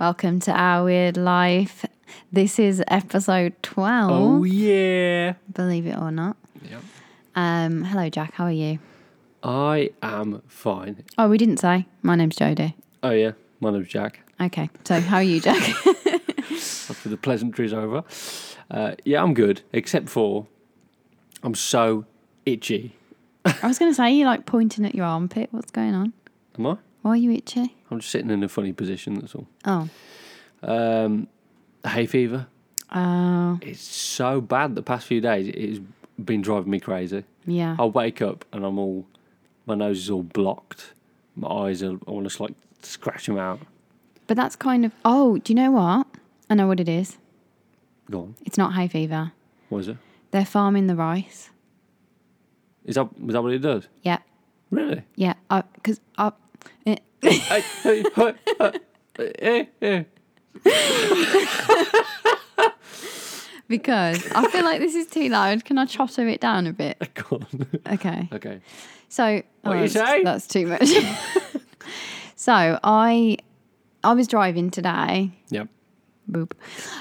welcome to Our Weird Life. This is episode 12, Oh yeah. believe it or not. Oh. Yep. Um, hello, Jack. How are you? I am fine. Oh, we didn't say. My name's Jodie. Oh yeah, my name's Jack. Okay. So, how are you, Jack? After the pleasantries over, uh, yeah, I'm good. Except for, I'm so itchy. I was going to say, you like pointing at your armpit. What's going on? Am I? Why are you itchy? I'm just sitting in a funny position. That's all. Oh. Um, hay fever. Oh, It's so bad. The past few days, it's been driving me crazy. yeah. I wake up and I'm all, my nose is all blocked. My eyes are. I want to like scratch them out. But that's kind of. Oh, do you know what? I know what it is. Go on. It's not hay fever. What is it? They're farming the rice. Is that is that what it does? Yeah. Really? Yeah. Uh, Because I, eh, Hey, hey, hey, hey, hey, hey. because I feel like this is too loud. Can I trotter it down a bit? Go on. Okay. Okay. So oh, What you that's- say? That's too much. so I I was driving today. Yep. Boop.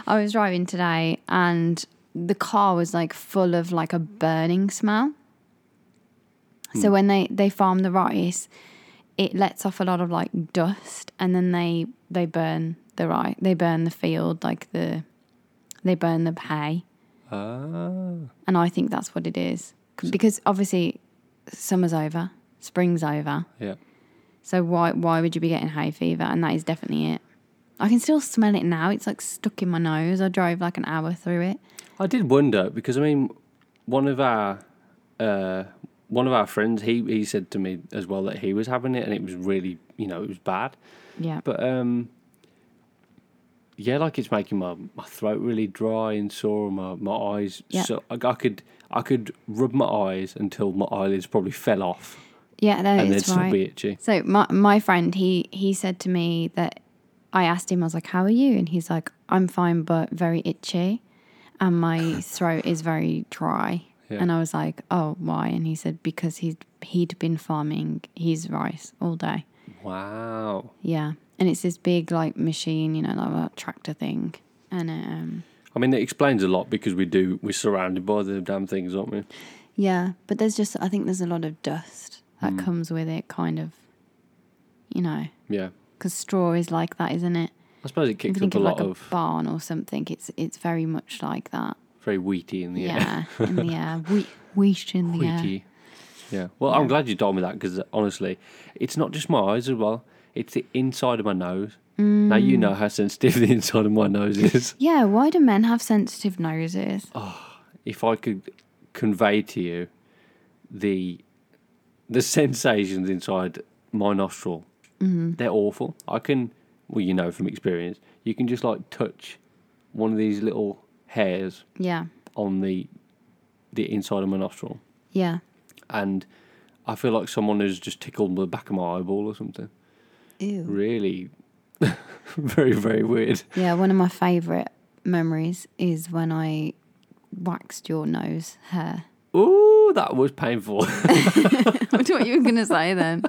I was driving today and the car was like full of like a burning smell. Hmm. So when they they farm the rice, it lets off a lot of like dust and then they they burn the rice. They burn the field like the they burn the hay Ah. and I think that's what it is C- because obviously summer's over, spring's over. Yeah. So why why would you be getting hay fever? And that is definitely it. I can still smell it now. It's like stuck in my nose. I drove like an hour through it. I did wonder because I mean, one of our uh, one of our friends he he said to me as well that he was having it and it was really you know it was bad. Yeah. But um, yeah, like it's making my, my throat really dry and sore. My my eyes. Yeah. So I, I could I could rub my eyes until my eyelids probably fell off yeah, that and they'd is still right. be itchy. So my my friend he he said to me that I asked him I was like how are you and he's like I'm fine but very itchy and my throat is very dry Yeah. and I was like oh why and he said because he he'd been farming his rice all day Wow. yeah and it's this big like machine you know like a tractor thing and um I mean, it explains a lot because we do we're surrounded by the damn things, aren't we? yeah but there's just I think there's a lot of dust that Mm. comes with it kind of you know Yeah. because straw is like that isn't it I suppose it If kicks you up think a of like lot a of barn or something, it's it's very much like that. very wheaty in the air. Yeah, in the air, wheat, wheat in the air. Wheaty. Yeah. Well, I'm glad you told me that because honestly, it's not just my eyes as well. It's the inside of my nose. Now you Mm. know how sensitive the inside of my nose is. Yeah, why do men have sensitive noses? if I could convey to you the the sensations inside my nostril, Mm-hmm. they're awful. I can, well, you know from experience, you can just like touch one of these little hairs Yeah, on the the inside of my nostril, yeah, and I feel like someone has just tickled the back of my eyeball or something. ew. Really, very very weird. Yeah, one of my favourite memories is when I waxed your nose hair. Ooh, that was painful. I wonder what you were gonna say then.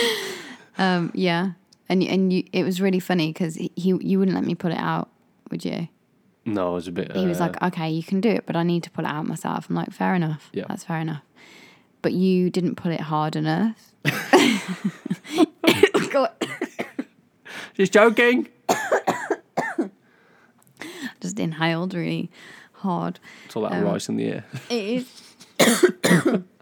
um, yeah, and you- and you, it was really funny because he you wouldn't let me pull it out, would you? no, I was a bit. he was uh, like, "Okay, you can do it, but I need to pull it out myself." I'm like, "Fair enough. Yeah. That's fair enough." But you didn't pull it hard enough. God, just joking. Just inhaled really hard. It's all that um, rice in the air. It is.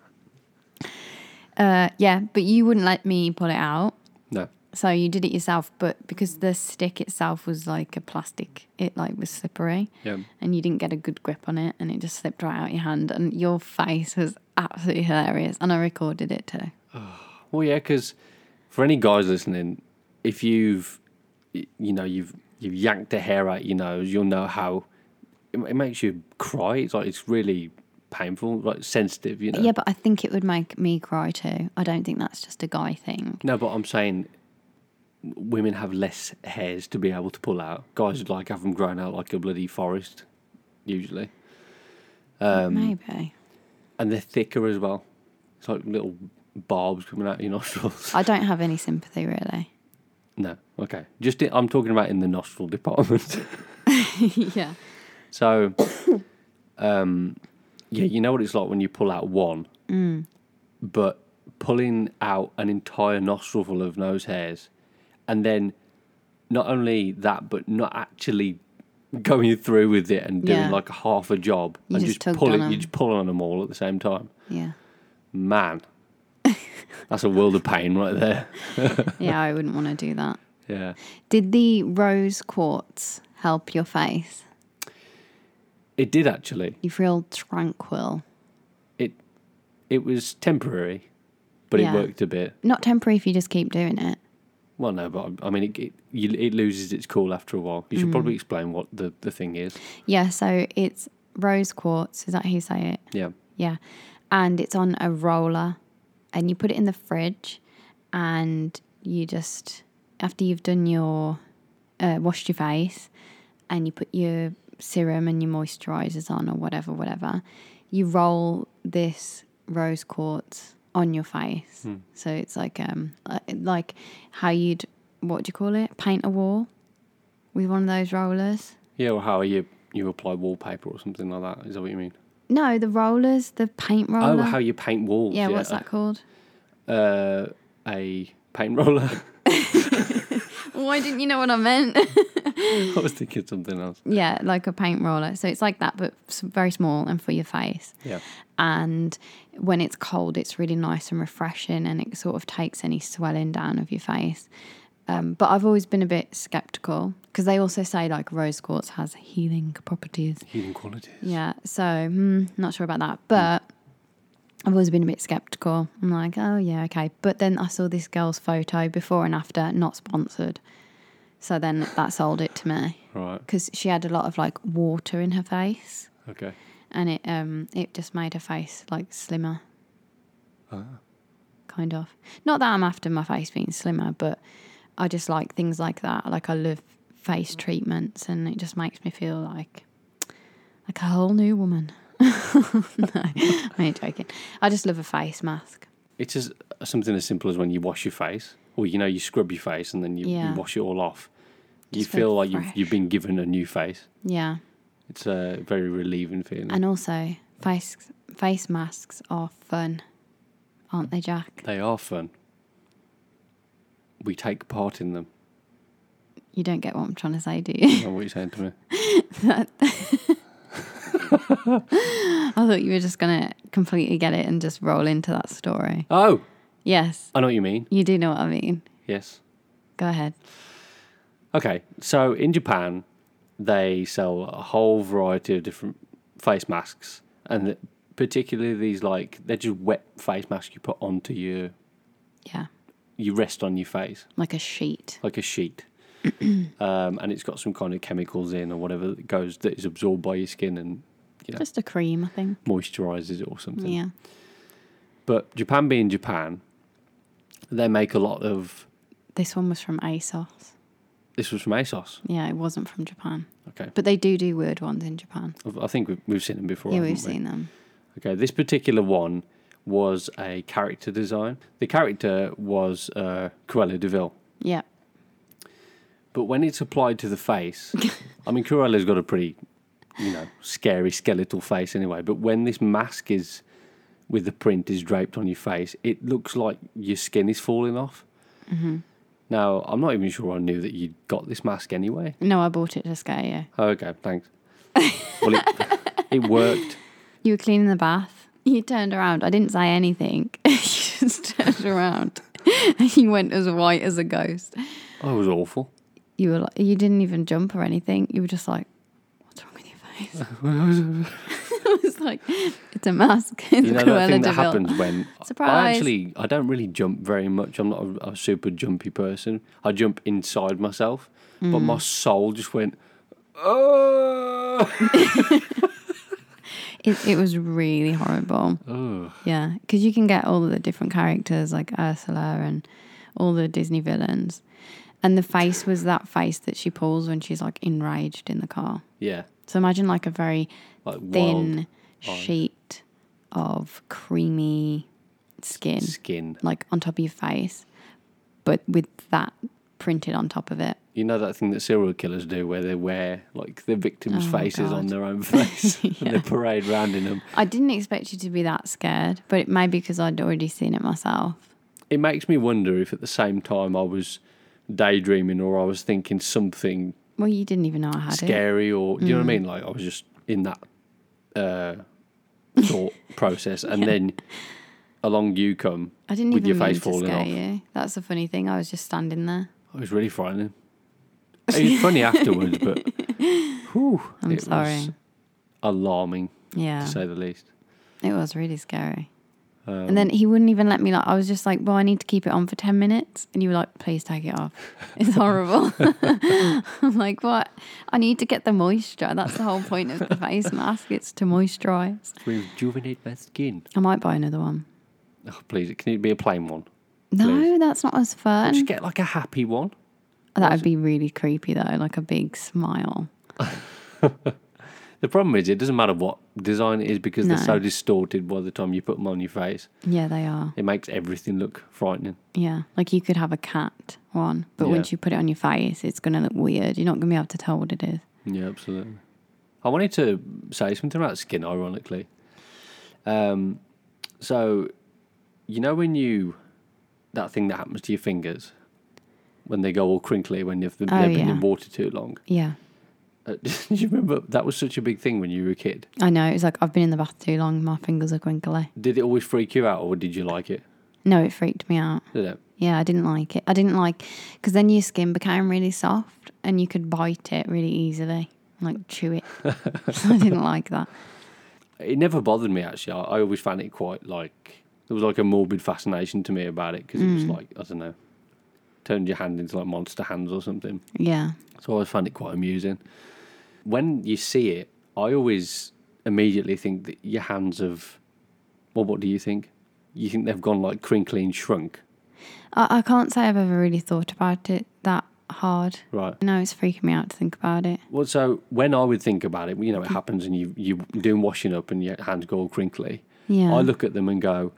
uh, yeah, but you wouldn't let me pull it out, No. so you did it yourself. But because the stick itself was like a plastic, it like was slippery. Yeah. and you didn't get a good grip on it and it just slipped right out your hand and your face was absolutely hilarious and i recorded it too Well, yeah, because for any guys listening, if you've, y- you know, you've you've yanked a hair out your nose, you'll know how it, it makes you cry. It's like it's really painful, like sensitive. You know. yeah but i think it would make me cry too i don't think that's just a guy thing No, but I'm saying women have less hairs to be able to pull out. Guys would like have them grown out like a bloody forest, usually, maybe and they're thicker as well. It's like little barbs coming out of your nostrils. i don't have any sympathy really No. Okay. Just i- I'm talking about in the nostril department. yeah. so, um, yeah, you know what it's like when you pull out one, Mm. but pulling out an entire nostril of nose hairs, and then not only that, but not actually going through with it and doing Yeah. like half a job You and just just, tugged pulling, on you 'em. just pulling on them all at the same time. Yeah. Man, that's a world of pain right there. Yeah, I wouldn't want to do that. Yeah. Did the rose quartz help your face? It did actually. You feel tranquil. It it was temporary, but Yeah. it worked a bit. Not temporary if you just keep doing it. Well, no, but I- I mean, it it, you, it loses its cool after a while. You should probably Mm. explain what the, the thing is. Yeah, so it's rose quartz. Is that how you say it? Yeah, Yeah. And it's on a roller and you put it in the fridge and you just after you've done your uh, washed your face and you put your serum and your moisturizers on or whatever whatever you roll this rose quartz on your face Hmm. so it's like um li- like how you'd what do you call it paint a wall with one of those rollers yeah. Or how you you apply wallpaper or something like that? Is that what you mean? no the rollers the paint roller Oh, how you paint walls? yeah what's that called Uh, a paint roller. Why didn't you know what I meant? I was thinking something else. yeah, like a paint roller. So it's like that, but s- very small and for your face. Yeah, And when it's cold, it's really nice and refreshing and it sort of takes any swelling down of your face. Um, but I've always been a bit skeptical because they also say like rose quartz has healing properties. healing qualities. Yeah, so mm, not sure about that, but I've always been a bit skeptical. I'm like, oh yeah, okay. But then I saw this girl's photo before and after, not sponsored. So then that sold it to me Right. because she had a lot of like water in her face, Okay. and it um it just made her face like slimmer. Kind of. Not that I'm after my face being slimmer, but I just like things like that. Like I love face treatments, and it just makes me feel like like a whole new woman. no, I'm only joking. I just love a face mask. It's just something as simple as when you wash your face, or you know, you scrub your face and then you, Yeah. you wash it all off. You Just feel feel like you've, fresh. you've been given a new face. Yeah, It's a very relieving feeling. and also face face masks are fun, aren't they, Jack? they are fun. We take part in them. You don't get what I'm trying to say, do you? I know what you're saying to me. I thought you were just going to completely get it and just roll into that story. Oh, Yes, I know what you mean. you do know what I mean. Yes. Go ahead. Okay. So in Japan, they sell a whole variety of different face masks, and th- particularly these like they're just wet face masks you put onto your Yeah, you rest on your face. like a sheet. like a sheet. um, and it's got some kind of chemicals in or whatever that goes that is absorbed by your skin and you know Just a cream, I think. moisturizes it or something. Yeah. But Japan being Japan, they make a lot of This one was from ASOS. this was from ASOS. Yeah, it wasn't from Japan. Okay, But they do do weird ones in Japan. I- I think we've, we've seen them before. yeah, haven't we've we? seen them. Okay, this particular one was a character design. The character was uh, Cruella Deville. Yeah. But when it's applied to the face, I mean, Cruella's got a pretty, you know, scary skeletal face anyway. But when this mask is with the print is draped on your face, it looks like your skin is falling off. Mm-hmm. Now, I'm not even sure I knew that you'd got this mask anyway. No, I bought it to scare you. Okay, thanks. Well, it, it worked. You were cleaning the bath. You turned around. I didn't say anything. you just turned around. and you went as white as a ghost. Oh, it was awful. You were like, you didn't even jump or anything. You were just like, what's wrong with your face? It's like it's a mask. It's You know Cruella that thing de that Vil. happens when I Surprise. actually I don't really jump very much. I'm not a, a super jumpy person. I jump inside myself, but Mm. my soul just went. Oh, It, it was really horrible. Ugh. Yeah, because you can get all of the different characters like Ursula and all the Disney villains, and the face was that face that she pulls when she's like enraged in the car. yeah, So imagine like a very like wild thin sheet of creamy skin, skin. like on top of your face, but with that printed on top of it. You know that thing that serial killers do where they wear like their victims' Oh my faces on God. their own face and they parade round in them. I didn't expect you to be that scared, but it may be because I'd already seen it myself. It makes me wonder if at the same time I was daydreaming or I was thinking something Well, you didn't even know I Mm. had it. scary or do you know what I mean? Like I was just in that uh, thought process and then along you come I didn't with even your mean to face falling scare off. you. That's the funny thing. I was just standing there. It was really frightening. It was funny afterwards, but whew, I'm it was sorry. alarming Yeah, to say the least. it was really scary. Um, and then he wouldn't even let me. Like I was just like, "Well, I need to keep it on for ten minutes," and you were like, "Please take it off. It's horrible." I'm like, "What? I need to get the moisture. That's the whole point of the face mask. It's to moisturize." Rejuvenate my skin. I might buy another one. Oh, please, can it be a plain one? No, Please. that's not as fun. Just get like a happy one. That would be really creepy though, like a big smile. The problem is, it doesn't matter what design it is because they're No. so distorted by the time you put them on your face. Yeah, they are. It makes everything look frightening. Yeah, like you could have a cat one, but Yeah. once you put it on your face, it's gonna look weird. You're not gonna be able to tell what it is. Yeah, absolutely. I wanted to say something about skin, ironically. Um, so, you know when you that thing that happens to your fingers when they go all crinkly when you've they've Oh, been yeah. in water too long. Yeah, Uh, do you remember that was such a big thing when you were a kid? I know. It's like I've been in the bath too long. My fingers are crinkly. Did it always freak you out, or did you like it? No, it freaked me out. Did it? Yeah, I didn't like it. I didn't like because then your skin became really soft and you could bite it really easily, like chew it. I didn't like that. It never bothered me actually. I, I always found it quite like there was like a morbid fascination to me about it because it was Mm. like I don't know, turned your hand into like monster hands or something. Yeah, So I always find it quite amusing. When you see it, I always immediately think that your hands have. Well, what do you think? You think they've gone like crinkly and shrunk, I, I can't say I've ever really thought about it that hard. right? No, it's freaking me out to think about it. Well, so when I would think about it, you know, it happens, and you you're doing washing up, and your hands go all crinkly. Yeah. I look at them and go,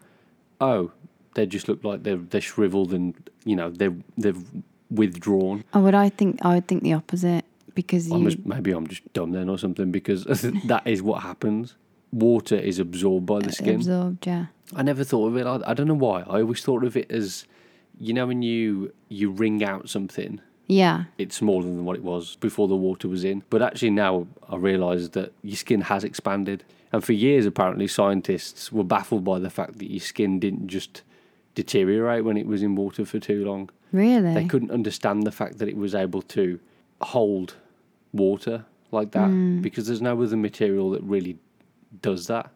"Oh, they just look like they're they're shriveled, and you know, they're they've withdrawn." Oh, would I think I would think the opposite because I'm you just, maybe I'm just dumb then or something because that is what happens. Water is absorbed by the skin. absorbed, yeah. I never thought of it. Like, I don't know why. I always thought of it as, you know, when you you wring out something, Yeah. it's smaller than what it was before the water was in. But actually, now I realise that your skin has expanded. And for years, apparently, scientists were baffled by the fact that your skin didn't just deteriorate when it was in water for too long. Really? They couldn't understand the fact that it was able to hold water like that because there's no other material that really does that.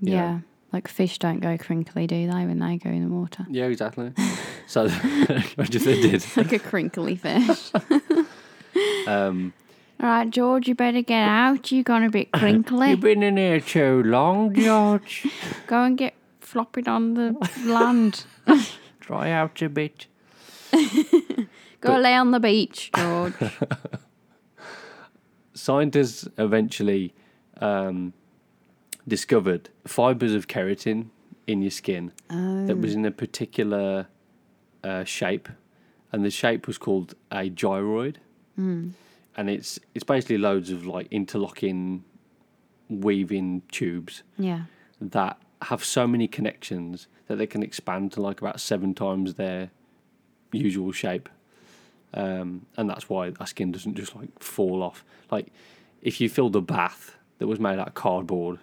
you yeah. know. Like fish don't go crinkly, do they, when they go in the water? Yeah, exactly. so imagine if they did. Like a crinkly fish. Um, All right, George, you better get out. You gone a bit crinkly. been in here too long, George. Go and get flopping on the land. Dry out a bit. Go lay on the beach, George. Scientists eventually um, discovered fibers of keratin in your skin that was in a particular uh, shape, and the shape was called a gyroid. And it's it's basically loads of like interlocking, weaving tubes yeah. that have so many connections that they can expand to like about seven times their usual shape. Um, and that's why our skin doesn't just like fall off. Like if you filled a bath that was made out of cardboard,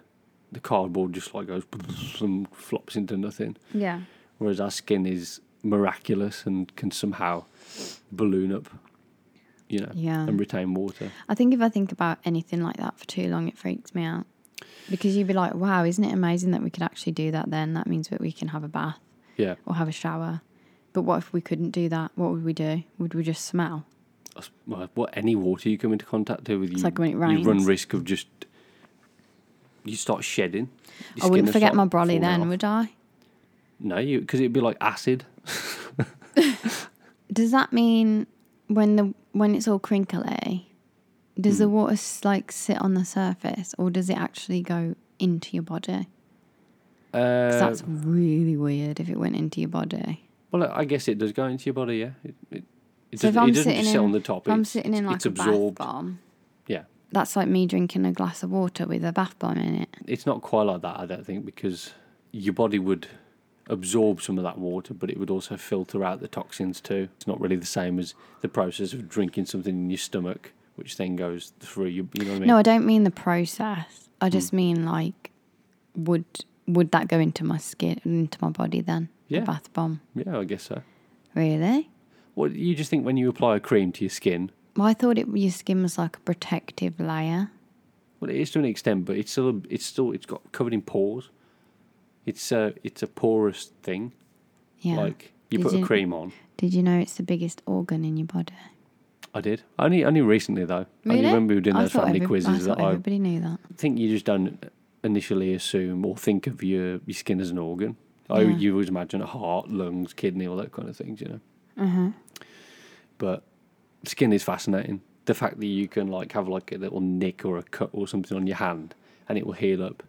the cardboard just like goes and flops into nothing. Yeah. Whereas our skin is miraculous and can somehow balloon up, you know, Yeah. and retain water. I think if I think about anything like that for too long, it freaks me out. Because you'd be like, wow, isn't it amazing that we could actually do that then? That means that we can have a bath Yeah, or have a shower. But what if we couldn't do that? What would we do? Would we just smell? That's- well, what any water you come into contact with, you, like when it you run rains. risk of just you start shedding. Your I wouldn't skin will forget start my brolly falling then, off. would I? No, you because it'd be like acid. Does that mean when the when it's all crinkly, does Hmm. the water s- like sit on the surface or does it actually go into your body? 'Cause Uh, that's really weird if it went into your body. well, I guess it does go into your body. Yeah, it, it It So if doesn't, I'm it doesn't sitting just sit in- on the top. If I'm it's- sitting in like it's a absorbed. bath bomb. Yeah. That's like me drinking a glass of water with a bath bomb in it. It's not quite like that, I don't think, because your body would absorb some of that water, but it would also filter out the toxins too. It's not really the same as the process of drinking something in your stomach, which then goes through you. You know what I mean? No, I don't mean the process. Hmm. I just mean like, would would that go into my skin, into my body then? Yeah. The bath bomb. yeah, I guess so. Really? What you just think when you apply a cream to your skin? Well, I thought it your skin was like a protective layer. Well, it is to an extent, but it's still it's still it's got covered in pores. It's a it's a porous thing. Yeah. Like you Did put a you- cream on. Did you know it's the biggest organ in your body? I did only only recently though. I Really? Oh, remember we were doing I those thought family every- I quizzes thought that I everybody knew that. think you just don't initially assume or think of your, your skin as an organ. I Yeah. you always imagine a heart, lungs, kidney, all that kind of things, you know. But skin is fascinating. The fact that you can like have like a little nick or a cut or something on your hand and it will heal up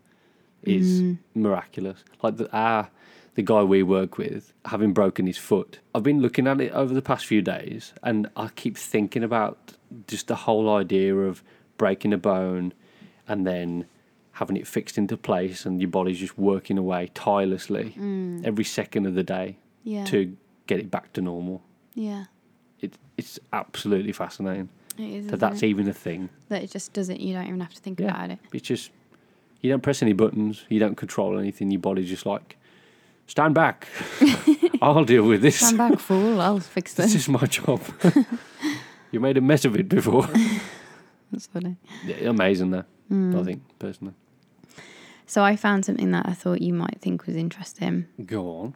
is miraculous. Like the our the guy we work with having broken his foot. I've been looking at it over the past few days and I keep thinking about just the whole idea of breaking a bone and then having it fixed into place and your body's just working away tirelessly every second of the day Yeah. to get it back to normal. Yeah. It, it's absolutely fascinating It is. that that's even a thing. That it just doesn't. You don't even have to think Yeah. about it. It's just you don't press any buttons, you don't control anything. Your body's just like, stand back. I'll deal with this. Stand back, fool. I'll fix This this. is my job. you made a mess of it before. That's funny. Yeah, amazing though. Hmm. I think personally. So I found something that I thought you might think was interesting. Go on.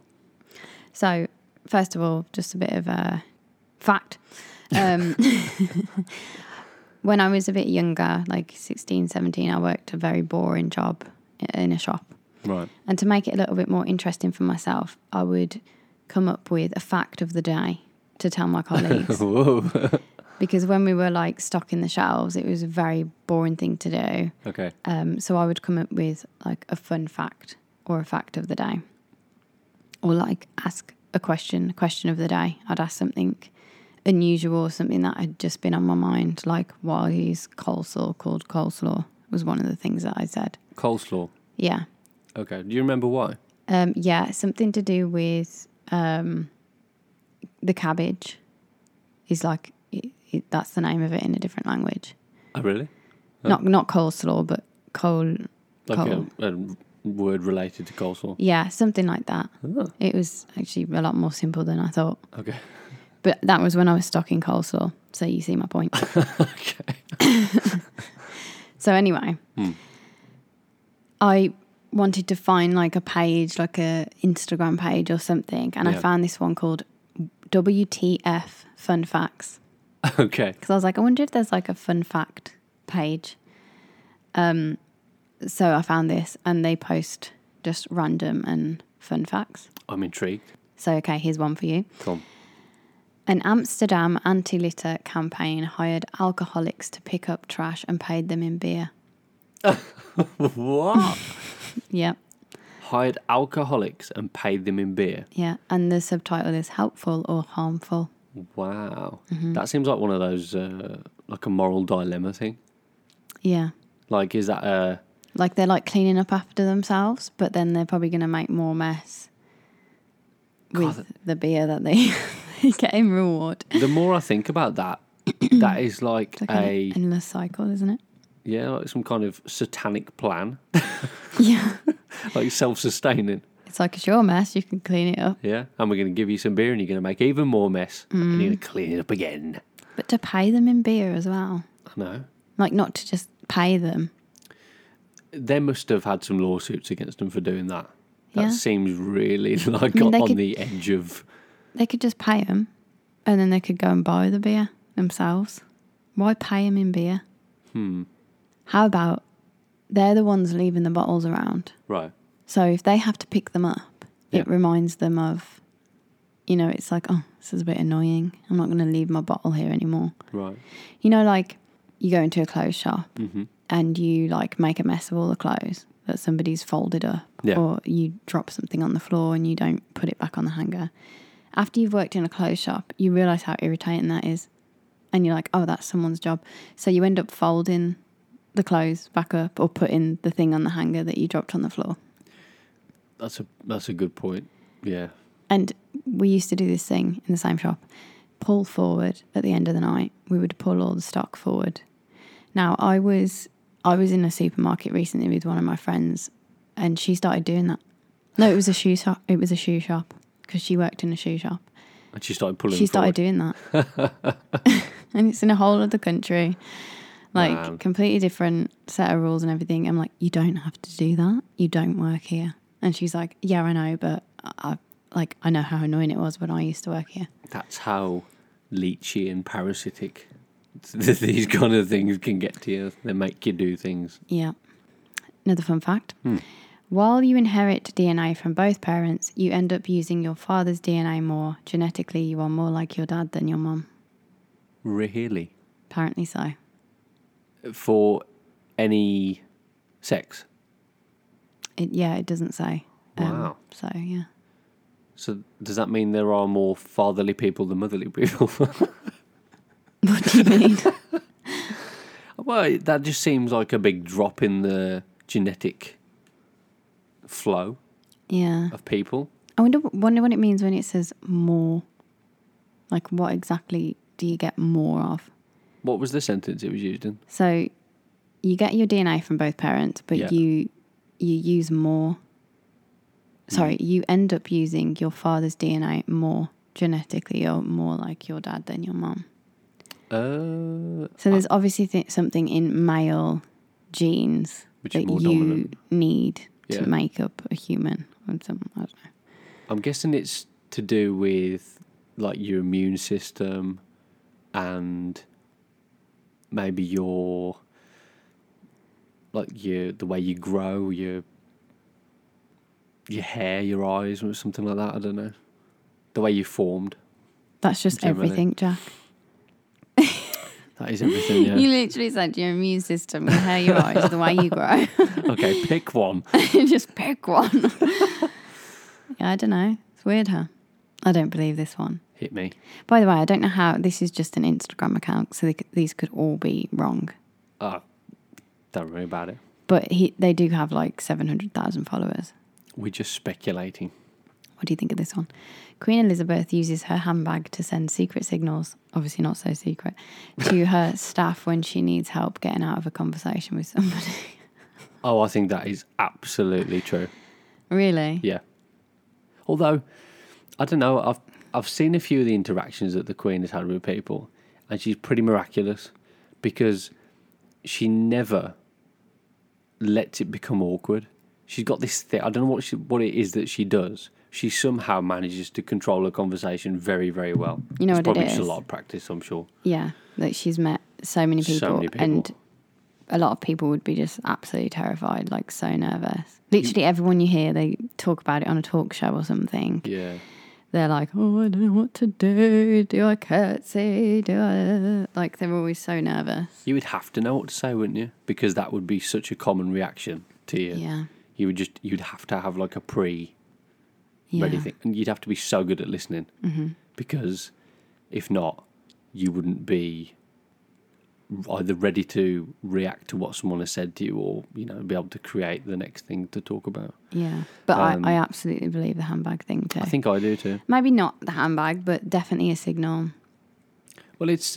So, first of all, just a bit of a fact. Um, when I was a bit younger, like 16, 17, I worked a very boring job in a shop. Right. And to make it a little bit more interesting for myself, I would come up with a fact of the day to tell my colleagues. Whoa. because when we were like stocking the shelves, it was a very boring thing to do. Okay. Um, so I would come up with like a fun fact or a fact of the day, or like ask a question, a question of the day. I'd ask something unusual, something that had just been on my mind, like why is coleslaw called coleslaw? Was one of the things that I said. Coleslaw. Yeah, Okay. Do you remember why? um, yeah, something to do with um, the cabbage. Is like it, it, that's the name of it in a different language. Oh, really? Not not coleslaw, but cole. Like Cole. a, a word related to coleslaw. Yeah, something like that. Oh, It was actually a lot more simple than I thought. okay. But that was when I was stocking coleslaw. So you see my point. okay. Hmm. so anyway, I wanted to find like a page, like a Instagram page or something, and I Yeah. found this one called WTF Fun Facts Okay. because I was like, I wonder if there's like a fun fact page. Um, so I found this, and they post just random and fun facts. I'm intrigued. So okay, here's one for you. Come. An Amsterdam anti litter campaign hired alcoholics to pick up trash and paid them in beer. What? Yeah, hired alcoholics and paid them in beer. yeah. And the subtitle is helpful or harmful. Wow, Mm-hmm. that seems like one of those uh, like a moral dilemma thing. Yeah. Like, is that uh, a Like they're like cleaning up after themselves, but then they're probably going to make more mess with the beer that they get in reward. the more I think about that, that is like It's like a an endless cycle, isn't it? yeah, like some kind of satanic plan, Yeah. like self-sustaining. it's like it's your mess, you can clean it up. Yeah, and we're going to give you some beer, and you're going to make even more mess, and you're Mm. going to clean it up again. But to pay them in beer as well. I know Like not to just pay them. they must have had some lawsuits against them for doing that. That Yeah. seems really like mean, they on could- the edge of They could just pay them and then they could go and buy the beer themselves. Why pay them in beer? Hmm. How about they're the ones leaving the bottles around? right. So if they have to pick them up, Yeah. it reminds them of, you know, it's like, oh, this is a bit annoying. I'm not going to leave my bottle here anymore. Right. Mm-hmm. You know, like you go into a clothes shop and you like make a mess of all the clothes that somebody's folded up, Yeah. or you drop something on the floor and you don't put it back on the hanger. after you've worked in a clothes shop, you realize how irritating that is. And you're like, oh, that's someone's job. So you end up folding the clothes back up or putting the thing on the hanger that you dropped on the floor. That's a that's a good point. Yeah. And we used to do this thing in the same shop pull forward at the end of the night. We would pull all the stock forward. Now, I was I was in a supermarket recently with one of my friends and she started doing that. No, it was a shoe shop. It was a shoe shop because she worked in a shoe shop. And she started pulling. She started forward. doing that. and it's in a whole other country. Like Man. completely different set of rules and everything. I'm like, you don't have to do that. You don't work here. And she's like, yeah, I know, but I, I like I know how annoying it was when I used to work here. That's how leechy and parasitic these kind of things can get to you. They make you do things. Yeah. Another fun fact. While you inherit DNA from both parents, you end up using your father's DNA more. Genetically, you are more like your dad than your mum. Really. Apparently so. For any sex. It, yeah, it doesn't say. Um, Wow. So, yeah. So does that mean there are more fatherly people than motherly people? What do you mean? well, that just seems like a big drop in the genetic flow yeah. of people. I wonder, wonder what it means when it says more. Like, what exactly do you get more of? What was the sentence it was used in? So, you get your DNA from both parents, but Yeah. you you use more. Mm. Sorry, you end up using your father's DNA more genetically. You're more like your dad than your mom. Uh, So there's obviously th- something in male genes Which is that more you dominant. need Yeah. to make up a human. Or something, I don't know. I'm guessing it's to do with like your immune system and maybe your like your the way you grow your your hair, your eyes, or something like that. I don't know. The way you formed. That's just Generally. everything, Jack. That is everything. You Yeah. literally said your immune system, your hair, your eyes, the way you grow. okay, pick one. Just pick one. yeah, I don't know. It's weird, huh? I don't believe this one. Hit me. By the way, I don't know how this is just an Instagram account, so they, c- these could all be wrong. Oh, don't worry about it. But he, they do have like 700,000 followers. We're just speculating. What do you think of this one? Queen Elizabeth uses her handbag to send secret signals, obviously not so secret, to her staff when she needs help getting out of a conversation with somebody. Oh, I think that is absolutely true. really? Yeah. Although, I don't know. I've I've seen a few of the interactions that the Queen has had with people, and she's pretty miraculous because she never lets it become awkward. She's got this thing. I don't know what she, what it is that she does. She somehow manages to control a conversation very, very well. You know it's what it probably just a is? lot of practice, I'm sure. Yeah, like she's met so many people, so many people. and a lot of people would be just absolutely terrified, like so nervous. Literally, everyone you hear, they talk about it on a talk show or something. yeah. They're like, "Oh, I don't know what to do. Do I curtsy? Do I?" Like they're always so nervous. You would have to know what to say, wouldn't you? Because that would be such a common reaction to you. Yeah, You would just you'd have to have like a pre yeah, Mm-hmm. ready thing. And you'd have to be so good at listening because if not, you wouldn't be either ready to react to what someone has said to you or, you know, be able to create the next thing to talk about. yeah. But Um, I, I absolutely believe the handbag thing too. I think I do too. Maybe not the handbag, but definitely a signal. Well, it's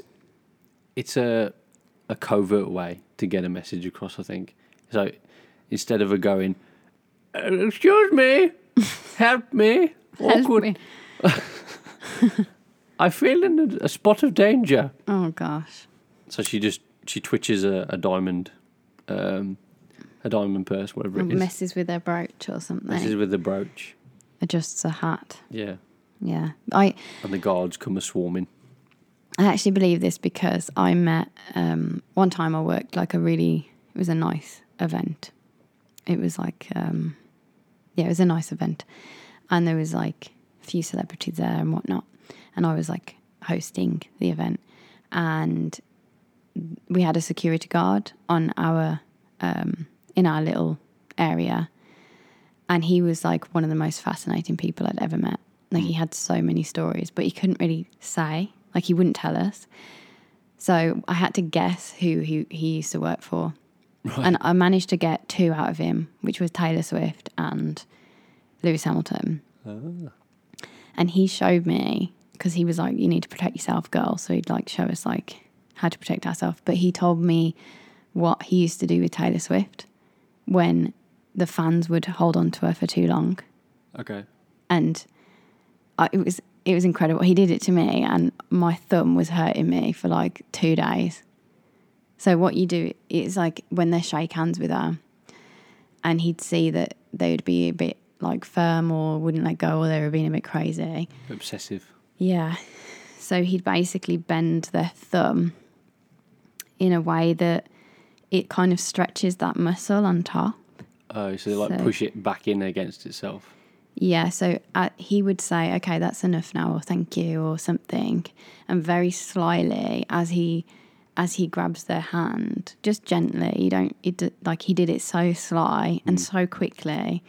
it's a a covert way to get a message across, I think. So instead of a going, "Uh, excuse me, help me, Help awkward, me. I feel in a, a spot of danger. Oh gosh. So she just she twitches a, a diamond, um, a diamond purse, whatever it is. Messes with their brooch or This is something. with the brooch. Adjusts a hat. Yeah, Yeah. I and the guards come a swarming. I actually believe this because I met um, one time I worked like a really it was a nice event. It was like um, yeah, it was a nice event, and there was like a few celebrities there and whatnot, and I was like hosting the event, and we had a security guard on our um, in our little area, and he was like one of the most fascinating people I'd ever met. Like he had so many stories, but he couldn't really say. Like he wouldn't tell us. So I had to guess who he, he used to work for. And I managed to get two out of him, which was Taylor Swift and Lewis Hamilton. And he showed me because he was like, "You need to protect yourself, girl." So he'd like show us like how to protect ourselves. But he told me what he used to do with Taylor Swift when the fans would hold on to her for too long, Okay. and I, it was it was incredible. He did it to me, and my thumb was hurting me for like two days. So what you do is like when they shake hands with her, and he'd see that they would be a bit like firm or wouldn't let go or they were being a bit crazy. Obsessive. Yeah. So he'd basically bend their thumb in a way that it kind of stretches that muscle on top. Oh, so they like So- push it back in against itself. Yeah. So uh he would say, okay, that's enough now, or thank you, or something. And very slyly, as he as he grabs their hand, just gently, you don't, it, d- like he did it so sly and so quickly.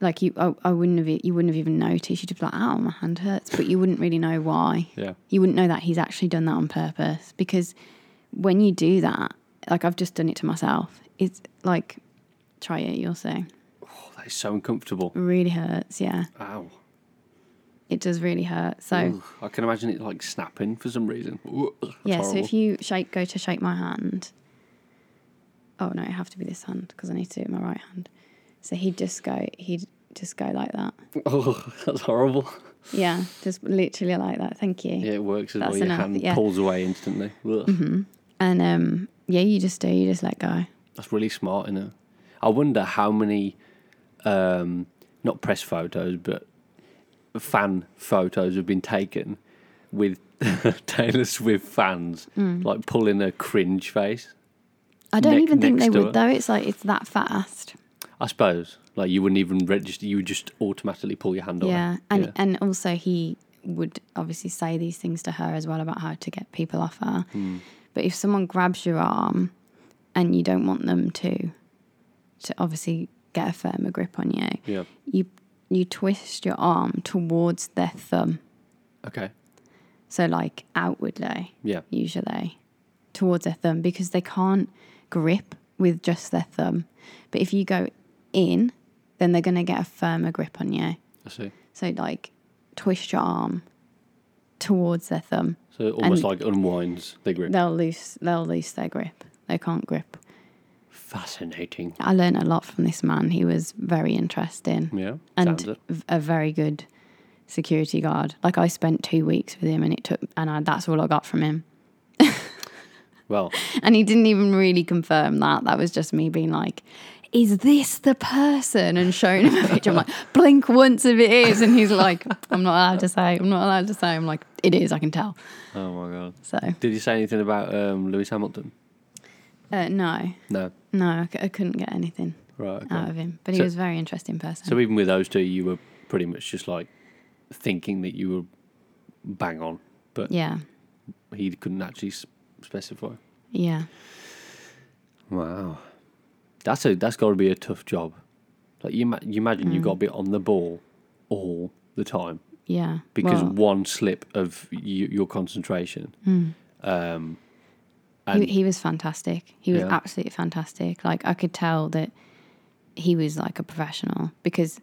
Like you, I, I wouldn't have, e- you wouldn't have even noticed. You'd just be like, "Ow, my hand hurts," but you wouldn't really know why. Yeah. you wouldn't know that he's actually done that on purpose because when you do that like i've just done it to myself it's like try it you'll see Oh, that is so uncomfortable. really hurts yeah Ow. it does really hurt so Ugh, I can imagine it like snapping for some reason. Ugh, that's yeah so horrible. if you shake go to shake my hand oh no it have to be this hand because i need to do it with my right hand so he'd just go he'd just go like that Ugh, that's horrible. yeah just literally like that thank you Yeah, it works as That's well. Your enough, hand yeah. pulls away instantly. Ugh. and um yeah you just do you just let go That's really smart, isn't it? I wonder how many, um, not press photos, but fan photos have been taken with Taylor Swift fans, Hmm. like pulling her cringe face. i don't Neck- even think next they to would it. though it's like it's that fast I suppose, like you wouldn't even register; you would just automatically pull your hand away. Yeah, and and also he would obviously say these things to her as well about how to get people off her. But if someone grabs your arm and you don't want them to, to obviously get a firmer grip on you, yeah. you you twist your arm towards their thumb, Okay. so like outwardly, Yeah. usually towards their thumb because they can't grip with just their thumb. But if you go in, then they're going to get a firmer grip on you. I see. So like twist your arm towards their thumb. So it almost And- like unwinds the grip. They'll lose they'll lose their grip. They can't grip. Fascinating. I learned a lot from this man. He was very interesting Yeah. and sounds it. v- a very good security guard. Like I spent 2 weeks with him and it took and I, that's all I got from him. Well, And he didn't even really confirm that. That was just me being like is this the person? And showing him a picture. I'm like, blink once if it is. And he's like, I'm not allowed to say. I'm not allowed to say. I'm like, it is. I can tell. oh my god. So, Did you say anything about um, Lewis Hamilton? uh, no. No. No, I, c- I couldn't get anything Right. Okay. out of him. But he So- was a very interesting person. So even with those two, you were pretty much just like thinking that you were bang on, but yeah, he couldn't actually s- specify. yeah. Wow, that's a that's got to be a tough job. Like you, ma- you imagine you've got Mm. to be on the ball all the time Yeah. because Well, Mm. one slip of you, your concentration. Um, he, he was fantastic. He was Yeah. absolutely fantastic. Like, I could tell that he was like a professional because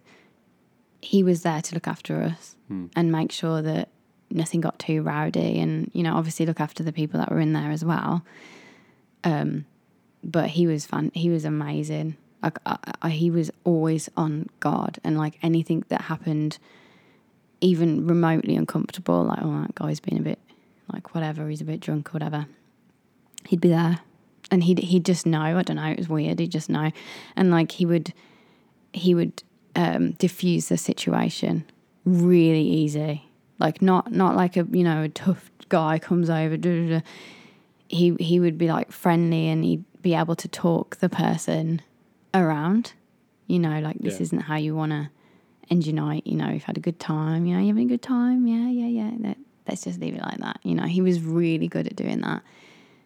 he was there to look after us and make sure that nothing got too rowdy and, you know, obviously look after the people that were in there as well. Um, but he was fun. He was amazing. Like I, I, he was always on guard, and like anything that happened, even remotely uncomfortable, like oh that guy's been a bit like whatever, he's a bit drunk or whatever. He'd be there, and he'd he'd just know. I don't know. It was weird. He'd just know, and like he would, he would um, diffuse the situation really easy. Like not not like a you know a tough guy comes over. duh, duh, duh he he would be like friendly and he'd be able to talk the person around. You know, like this Yeah. isn't how you want to end your night. You know, you've had a good time. You know, you having a good time. Yeah, yeah, yeah. Let, let's just leave it like that. You know, he was really good at doing that.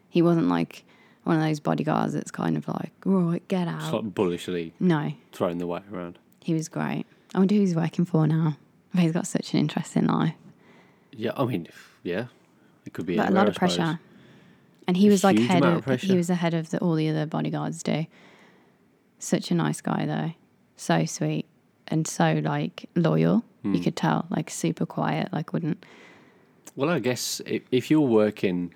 He wasn't like one of those bodyguards that's kind of like, right, get it's out. like bullishly No, throwing the weight around. he was great. I wonder who he's working for now. But he's got such an interesting life. Yeah, I mean, yeah, it could be but a anywhere, lot of I suppose. pressure. And he A was like huge head amount of, of pressure. he was the head of the, all the other bodyguards do. Such a nice guy though. So sweet and so like loyal. Hmm. You could tell, like super quiet, like wouldn't Well, I guess if, if you're working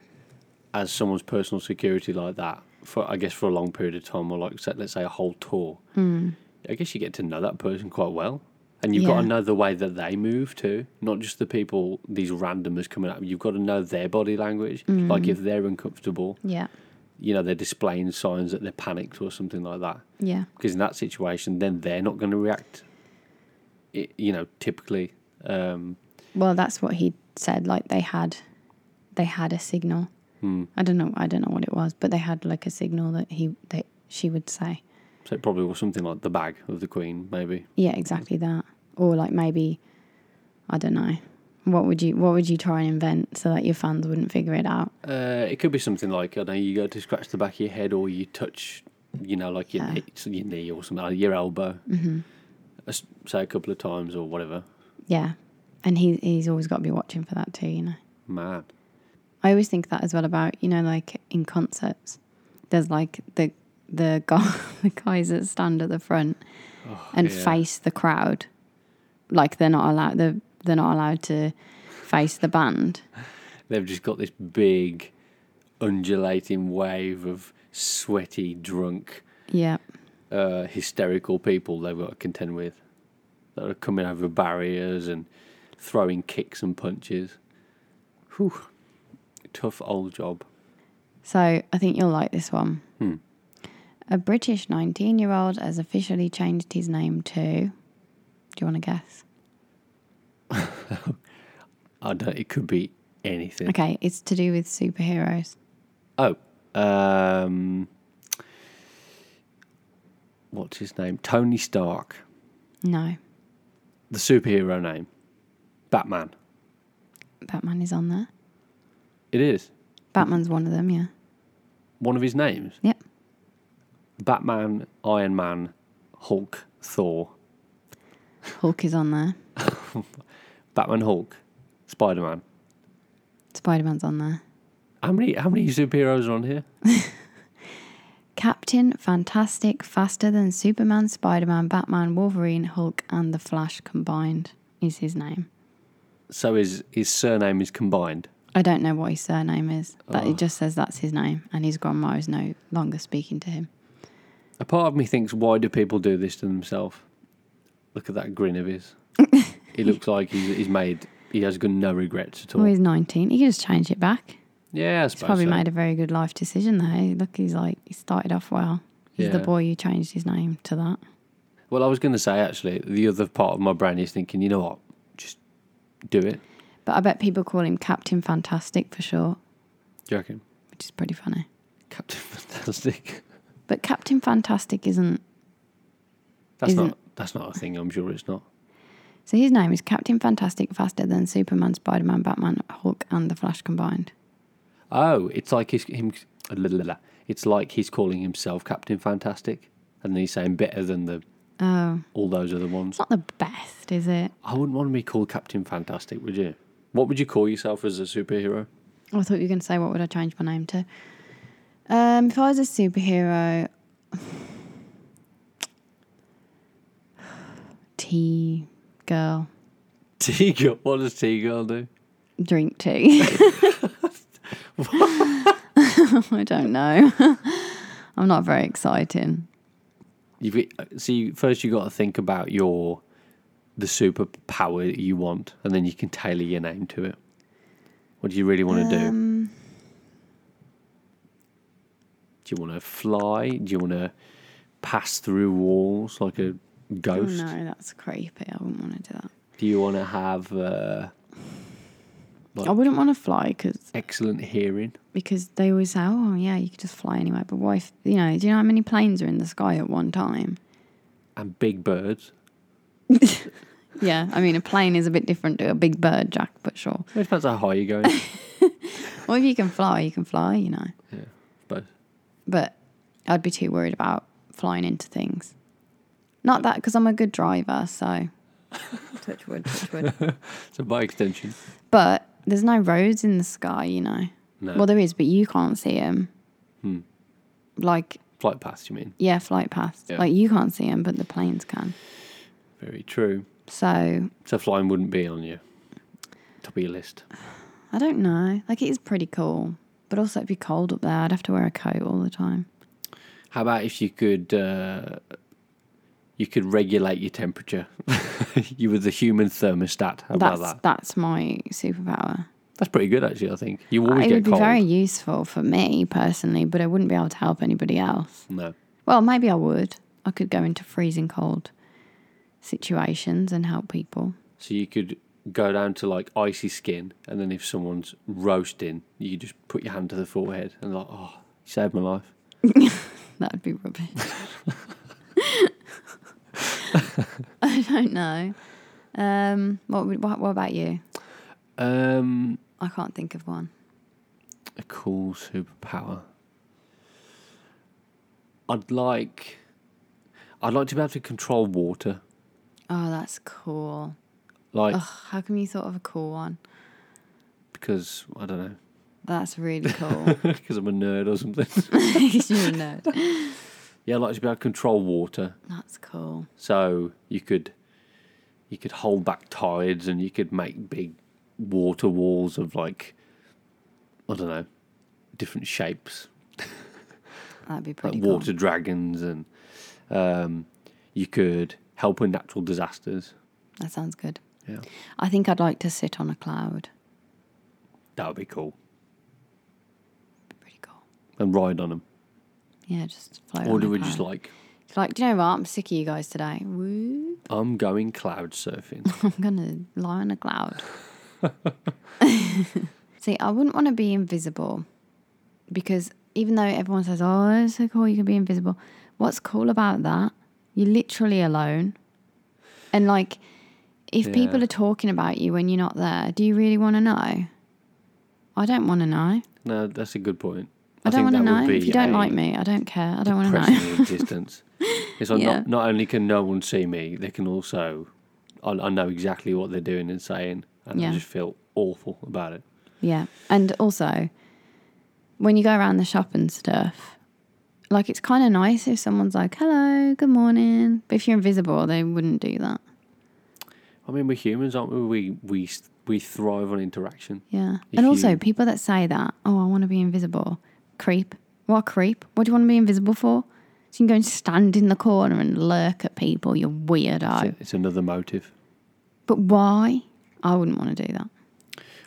as someone's personal security like that for, I guess, for a long period of time, or like say- let's say a whole tour, I guess you get to know that person quite well, and you've got to Yeah. know the way that they move too, not just the people these randomers coming up. You've got to know their body language. Like if they're uncomfortable, yeah. you know, they're displaying signs that they're panicked or something like that. Yeah. because in that situation, then they're not going to react. i you know, typically, um, Well, that's what he said. Like they had, they had a signal. Hmm. I don't know. I don't know what it was, but they had like a signal that he that she would say. so it probably was something like the bag of the queen, maybe. Yeah, exactly that. Or like maybe, I don't know. What would you What would you try and invent so that your fans wouldn't figure it out? Uh, it could be something like I know you go to scratch the back of your head, or you touch, you know, like your Yeah. knee, so your knee or something, like your elbow, mm-hmm. say a couple of times or whatever. Yeah, and he he's always got to be watching for that too. You know. Man, I always think that as well about you know like in concerts, there's like the the guy, the guys that stand at the front and yeah. face the crowd, like they're not allowed they're, they're not allowed to face the band. they've just got this big, undulating wave of sweaty, drunk, Yeah, uh, hysterical people they've got to contend with that are coming over barriers and throwing kicks and punches. Whew. Tough old job. so I think you'll like this one. A British 19 year old has officially changed his name to. Do you want to guess? I don't, it could be anything. Okay, it's to do with superheroes. Oh, um, what's his name? Tony Stark, No, the superhero name, Batman. Batman is on there. It is Batman's one of them, yeah. one of his names. Yep. Batman, Iron Man, Hulk, Thor, Hulk is on there. Batman, Hulk, Spider Man. Spider Man's on there. How many how many superheroes are on here? Captain, Fantastic, Faster Than Superman, Spider Man, Batman, Wolverine, Hulk, and The Flash combined is his name. So his his surname is combined. I don't know what his surname is. That It just says that's his name, and his grandma is no longer speaking to him. A part of me thinks, why do people do this to themselves? Look at that grin of his. he looks like he's, he's made. He has got no regrets at all. Well, he's 19. He could just change it back. yeah, I suppose. He's probably so. made a very good life decision there. Look, he's like, he started off well. He's the Yeah. boy who changed his name to that. Well, I was going to say actually, the other part of my brain is thinking, you know what? Just do it. But I bet people call him Captain Fantastic for short, Do you reckon? which is pretty funny. Captain Fantastic. But Captain Fantastic isn't That's Isn't- not. That's not a thing. I'm sure it's not. So his name is Captain Fantastic, faster than Superman, Spider Man, Batman, Hulk, and the Flash combined. Oh, it's like he's him. It's like he's calling himself Captain Fantastic, and then he's saying better than the Oh, all those other ones. it's not the best, is it? I wouldn't want to be called Captain Fantastic, would you? What would you call yourself as a superhero? I thought you were going to say, what would I change my name to? Um, if I was a superhero. tea girl. Tea girl. What does tea girl do? Drink tea. I don't know. I'm not very exciting. You've see. First, you got to think about your the superpower you want, and then you can tailor your name to it. What do you really want to Um, do? Do you want to fly? Do you want to pass through walls like a oh ghost? no, that's creepy. I wouldn't want to do that. Do you want to have uh, But- I wouldn't want to fly because excellent hearing? because they always say, "Oh, yeah, you could just fly anywhere." But what if you know? Do you know how many planes are in the sky at one time? And big birds. Yeah, I mean, a plane is a bit different to a big bird, Jack. But sure, It depends how high you're going. or if you can fly, you can fly. You know, but but I'd be too worried about flying into things. Not that because I'm a good driver, so touch wood, touch wood. So by extension, but there's no roads in the sky, you know. no Well, there is, but you can't see them. Hmm. Like, flight paths. You mean? yeah, flight paths. Yeah. Like, you can't see them, but the planes can. Very true. So, So flying wouldn't be on your top of your list. I don't know. Like, it is pretty cool. But also, it'd be cold up there. I'd have to wear a coat all the time. How about if you could uh, you could regulate your temperature? you were the human thermostat. How about That's that? that's my superpower. That's pretty good, actually. I think you It always would be get cold. very useful for me personally, but I wouldn't be able to help anybody else. No, Well, maybe I would. I could go into freezing cold situations and help people. so you could go down to like icy skin, and then if someone's roasting, you could just put your hand to the forehead and like, oh, you saved my life. That would be rubbish. I don't know. Um, what, would- what what about you? Um, I can't think of one. a cool superpower. I'd like, I'd like to be able to control water. Oh, that's cool. Like Ugh, how come you thought of a cool one? because I don't know That's really cool. because I'm a nerd or something. You're a nerd. yeah, I'd like to be able to control water, That's cool. so you could you could hold back tides and you could make big water walls of like I don't know different shapes, That'd be like pretty cool. water dragons, and um, you could help with natural disasters. That sounds good. Yeah, I think I'd like to sit on a cloud. that would be cool. Be pretty cool. And ride on them, Yeah, just float. or on do a we just cloud. like like? Do you know what? I'm sick of you guys today. Woo! I'm going cloud surfing? I'm gonna lie on a cloud. See, I wouldn't want to be invisible because even though everyone says, "Oh, it's so cool, you can be invisible," what's cool about that? You're literally alone, and like, if people Yeah. are talking about you when you're not there, do you really want to know? I don't want to know. no, that's a good point. I, don't want to that would know. If be you don't a- like me, I don't care. I don't want to know. pressing in distance. It's like Yeah. not, not only can no one see me, they can also, I, I know exactly what they're doing and saying, and Yeah. I just feel awful about it. Yeah. And also, when you go around the shop and stuff, like it's kind of nice if someone's like, hello, good morning. But if you're invisible, they wouldn't do that. I mean, we're humans, aren't we? We we s- we thrive on interaction. Yeah. If and also, you- people that say that, oh, I want to be invisible, creep. What a creep? What do you want to be invisible for? So you can go and stand in the corner and lurk at people, you It's, weirdo. a- it's another motive. But why? I wouldn't want to do that.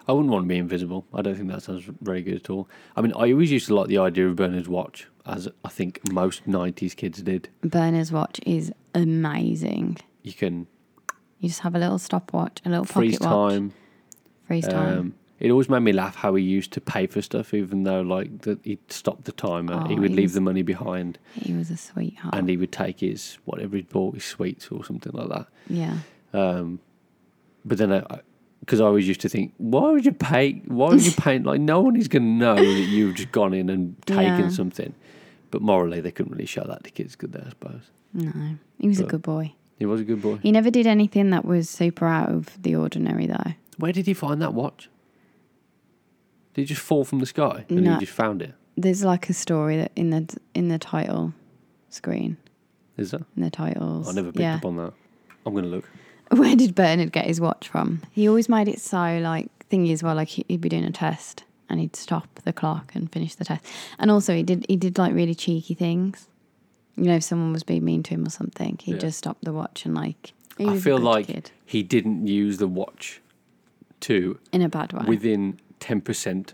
I wouldn't want to be invisible. I don't think that sounds very good at all. I mean, I always used to like the idea of Bernard's watch, as I think most '90s kids did. Burner's watch is amazing. You can You just have a little stopwatch, a little pocket freeze watch. time. Freeze time. Um, it always made me laugh how he used to pay for stuff, even though like that he'd stop the timer, he Oh, would leave he's- Oh. the money behind, he was a sweetheart. and he would take his whatever he'd bought, his sweets or something like that. yeah. But then, I because I, always used to think, why would you pay? Why would you pay? Like no one is going to know that you've just gone in and taken Yeah. something. But morally, they couldn't really show that to kids, could they? I suppose No. He was a But- good boy. he was a good boy. He never did anything that was super out of the ordinary, though. Where did he find that watch? Did it just fall from the sky and No. he just found it? There's like a story that in the in the title screen Is that? in the titles. I never picked yeah. up on that. I'm going to look. Where did Bernard get his watch from? He always made it so like thingy as well. Like he- he'd be doing a test and he'd stop the clock and finish the test. And also he did he did like really cheeky things. You know, if someone was being mean to him or something, he'd Yeah. just stop the watch and like. he I was a feel good like kid he didn't use the watch to in a bad way. within 10%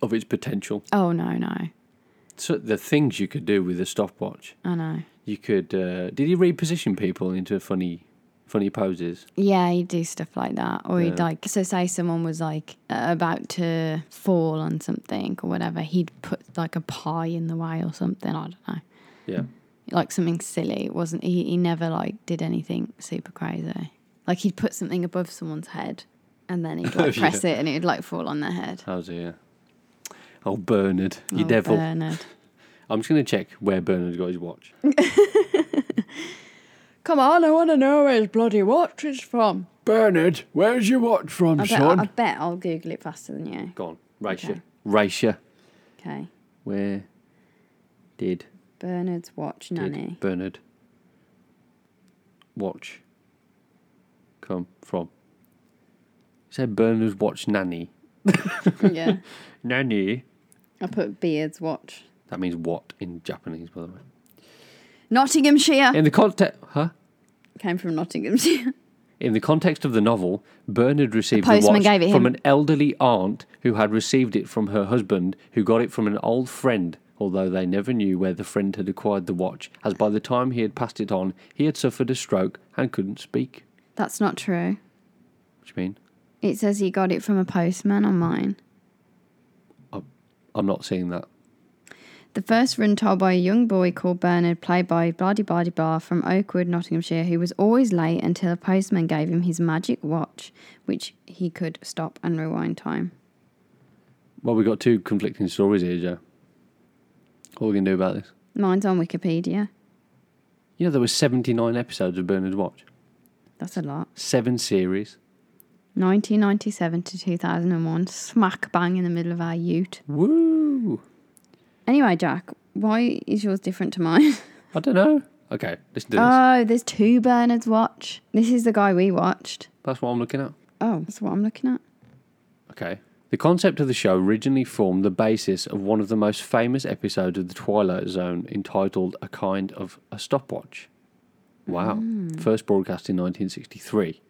of its potential. oh no no. So the things you could do with a stopwatch, I know. you could. Uh, did he reposition people into funny, funny poses? Yeah, he'd do stuff like that. Or he'd Yeah. like, so say someone was like uh, about to fall on something or whatever, he'd put like a pie in the way or something. I don't know. Yeah, Hmm. Like something silly. It wasn't, he, he never like did anything super crazy. Like he'd put something above someone's head and then he'd like Yeah. press it and it'd like fall on their head. how's he? Yeah. Oh, Bernard, you Oh, devil! Bernard. I'm just going to check where Bernard got his watch. Come on, I want to know where his bloody watch is from. Bernard, where's your watch from, I bet, I, I bet I'll Google it faster than you. Gone. Racer. Okay. Racer. Okay. Where did, Bernard's watch nanny. did Bernard watch come from? It said Bernard's watch nanny. yeah. Nanny. I put Beard's watch. That means what in Japanese, by the way. Nottinghamshire In the context, huh? came from Nottinghamshire. In the context of the novel, Bernard received the, postman watch gave it from him. an elderly aunt who had received it from her husband, who got it from an old friend, although they never knew where the friend had acquired the watch, as by the time he had passed it on, he had suffered a stroke and couldn't speak. That's not true. What do you mean? It says he got it from a postman on mine. I'm not seeing that. The first run told by a young boy called Bernard, played by blah de blah de blah from Oakwood, Nottinghamshire, who was always late until a postman gave him his magic watch, which he could stop and rewind time. Well, we've got two conflicting stories here, Joe. What are we going to do about this? Mine's on Wikipedia. You know, there were 79 episodes of Bernard's Watch, That's a lot. seven series. 1997 to 2001, smack bang in the middle of our ute. Woo! Anyway, Jack, why is yours different to mine? I don't know. Okay, listen to this. oh, there's two Bernard's watch. This is the guy we watched. That's what I'm looking at. Oh, that's what I'm looking at. Okay. The concept of the show originally formed the basis of one of the most famous episodes of The Twilight Zone entitled A Kind of a Stopwatch. Wow. Hmm. First broadcast in 1963.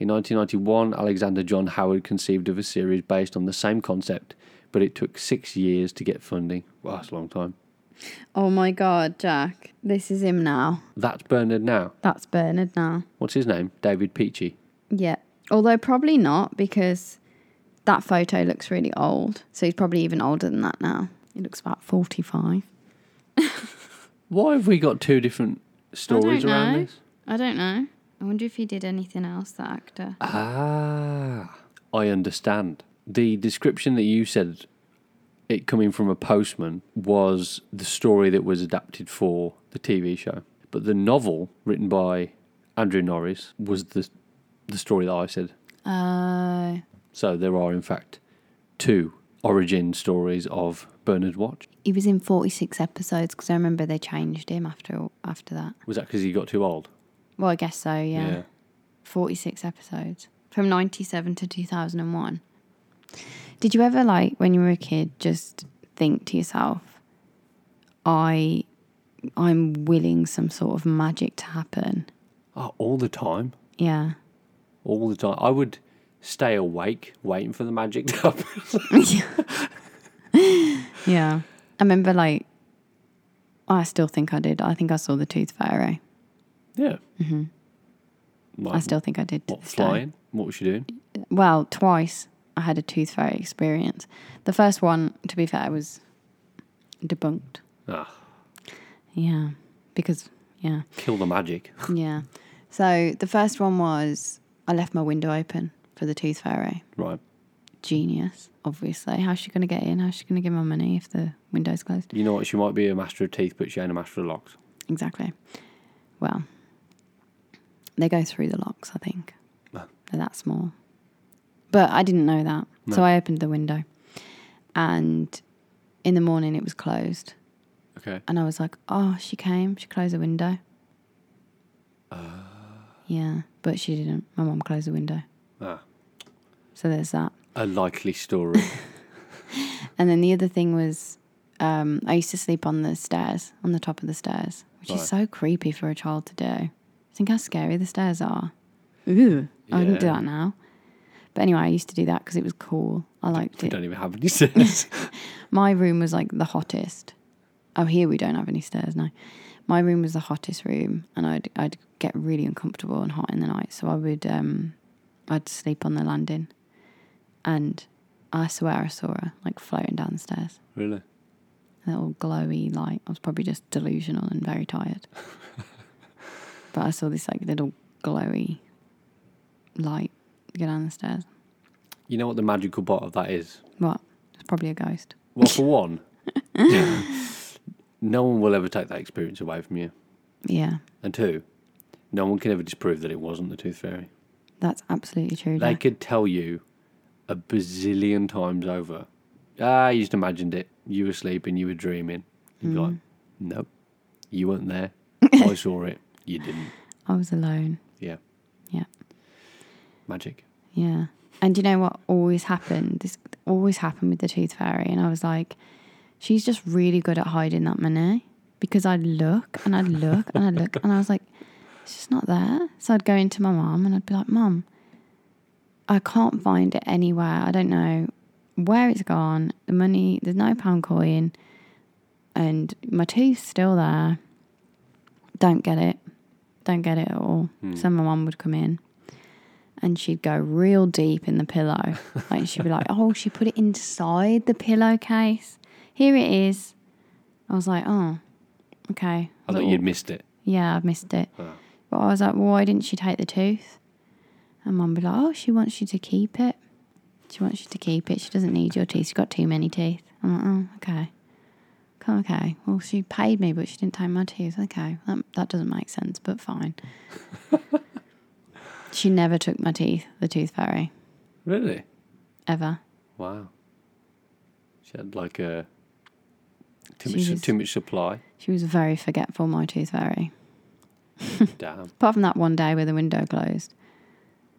In 1991, Alexander John Howard conceived of a series based on the same concept, but it took six years to get funding. Wow, that's a long time. Oh my God, Jack. This is him now. That's Bernard now. That's Bernard now. What's his name? David Peachy. Yeah. Although probably not because that photo looks really old. So he's probably even older than that now. He looks about 45. Why have we got two different stories don't around know. this? I don't know. I wonder if he did anything else, that actor. Ah, I understand. The description that you said, it coming from a postman, was the story that was adapted for the TV show. But the novel written by Andrew Norris was the the story that I said. Uh, So there are in fact two origin stories of Bernard Watch. he was in 46 episodes because I remember they changed him after after that. Was that because he got too old? Well, I guess so, yeah. 46 episodes from 97 to 2001. Did you ever, like, when you were a kid, just think to yourself, I. I'm willing some sort of magic to happen. Oh, all the time. Yeah. all the time. I would stay awake waiting for the magic to happen. Yeah. I remember, like, I still think I did. I think I saw the Tooth Fairy. yeah. Mm-hmm. I still think I did. to What, this day. flying? What was she doing? Well, twice I had a tooth fairy experience. The first one, to be fair, was debunked. Ah, Yeah. Because, yeah. kill the magic. Yeah. So the first one was I left my window open for the tooth fairy. right. Genius, obviously. How's she going to get in? How's she going to get my money if the window's closed? You know what? She might be a master of teeth, but she ain't a master of locks. Exactly. Well, they go through the locks, I think. Ah. They're that small. But I didn't know that. So I opened the window. And in the morning, it was closed. Okay. And I was like, oh, she came. She closed the window. yeah, but she didn't. My mum closed the window. Ah, So there's that. a likely story. And then the other thing was um, I used to sleep on the stairs, on the top of the stairs, which Right. is so creepy for a child to do. Think how scary the stairs are. Ooh, I wouldn't do Yeah. that now. But anyway, I used to do that because it was cool. I liked we it. don't even have any sense. My room was like the hottest. Oh, here we don't have any stairs now. My room was the hottest room, and I'd I'd get really uncomfortable and hot in the night. So I would um, I'd sleep on the landing, and I swear I saw her like floating down the stairs. really? A little glowy light. I was probably just delusional and very tired. but I saw this like little glowy light go down the stairs. You know what the magical part of that is? What? It's probably a ghost. Well, for one, no one will ever take that experience away from you. Yeah. And two, no one can ever disprove that it wasn't the Tooth Fairy. That's absolutely true. They Jack. could tell you a bazillion times over. Ah, you just imagined it. You were sleeping, you were dreaming. You'd be like, nope, you weren't there. I saw it. You didn't. I was alone. Yeah. Yeah. Magic. Yeah. And you know what always happened? This always happened with the tooth fairy. And I was like, she's just really good at hiding that money because I'd look and I'd look and I'd look. And I was like, it's just not there. So I'd go into my mum and I'd be like, Mum, I can't find it anywhere. I don't know where it's gone. The money, there's no pound coin. And my tooth's still there. Don't get it. Don't get it at all. So my mum would come in and she'd go real deep in the pillow. Like she'd be like, "Oh, she put it inside the pillowcase. Here it is." I was like, "Oh, okay." I thought you'd missed it. Yeah, I missed it. Ah. But I was like, well, "Why didn't she take the tooth?" And Mum be like, "Oh, she wants you to keep it. She wants you to keep it. She doesn't need your teeth. She's got too many teeth." I'm like, "Oh, okay." Come, okay. Well, she paid me, but she didn't take my teeth. Okay, that, that doesn't make sense, but fine. she never took my teeth, the tooth fairy Really? ever. Wow. She had like a too She much, was- too much supply. She was very forgetful, my tooth fairy. Damn. Apart from that one day with the window closed.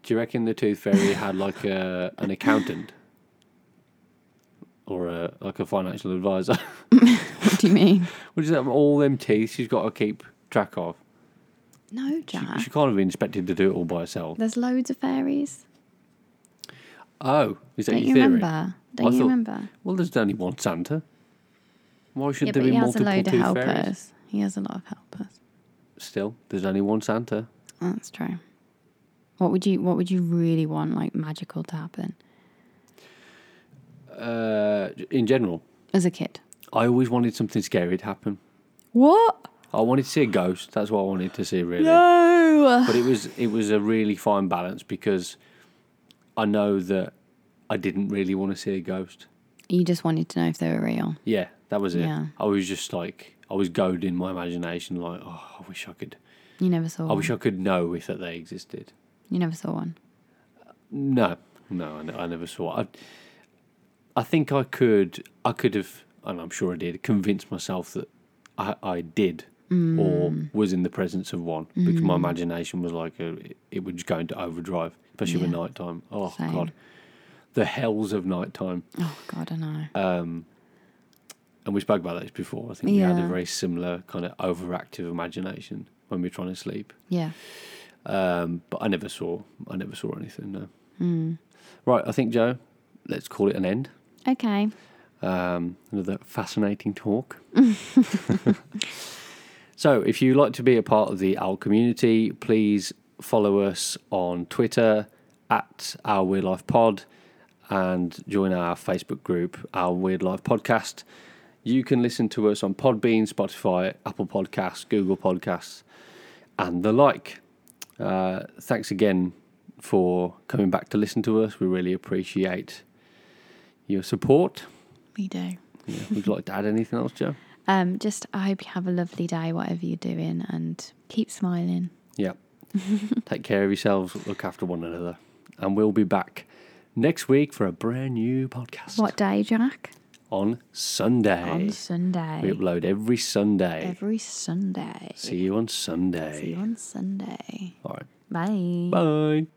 Do you reckon the Tooth Fairy had like a an accountant or a like a financial advisor? What do you mean? Which is all them teeth she's got to keep track of. no, She, Jack. she can't have been expected to do it all by herself. There's loads of fairies. Oh, is that Don't your you theory? remember? Don't I you thought- remember? Well, there's only one Santa. Why should Yeah, there but be he has a multiple load of Tooth Fairies? helpers. He has a lot of helpers. Oh, Still, there's only one Santa. That's true. What would you What would you really want, like magical, to happen Uh, in general, as a kid? I always wanted something scary to happen. What? I wanted to see a ghost. That's what I wanted to see, really. No. But it was it was a really fine balance because I know that I didn't really want to see a ghost. You just wanted to know if they were real. Yeah, that was it. Yeah. I was just like I was goading my imagination, like oh, I wish I could. You never saw. I One. wish I could know if that they existed. you never saw one. No, no, I, n- I never saw. it. I, I think I could, I could have, and I'm sure I did, convince myself that I, I did or Mm. was in the presence of one because my imagination was like a, it would just go into overdrive, especially with Yeah. nighttime. Oh Same. God, the hells of nighttime. Oh God, I know. Uh, And we spoke about this before. I think we had Yeah. a very similar kind of overactive imagination when we were trying to sleep. yeah. Um, but I never saw, I never saw anything. No. Right, I think Joe, let's call it an end. Okay. um, another fascinating talk. so, if you like to be a part of the OWL community, please follow us on Twitter at Our Weird Life Pod and join our Facebook group, Our Weird Life Podcast. You can listen to us on Podbean, Spotify, Apple Podcasts, Google Podcasts, and the like. Uh, thanks again for coming back to listen to us. We really appreciate your support. We do. Yeah. Would you like to add anything else, Joe? Um, just I hope you have a lovely day, whatever you're doing, and keep smiling. Yeah. Take care of yourselves, look after one another. And we'll be back next week for a brand new podcast What day, Jack? on Sunday. On Sunday. we upload every Sunday. Every Sunday. See you on Sunday. See you on Sunday. All right. Bye. Bye.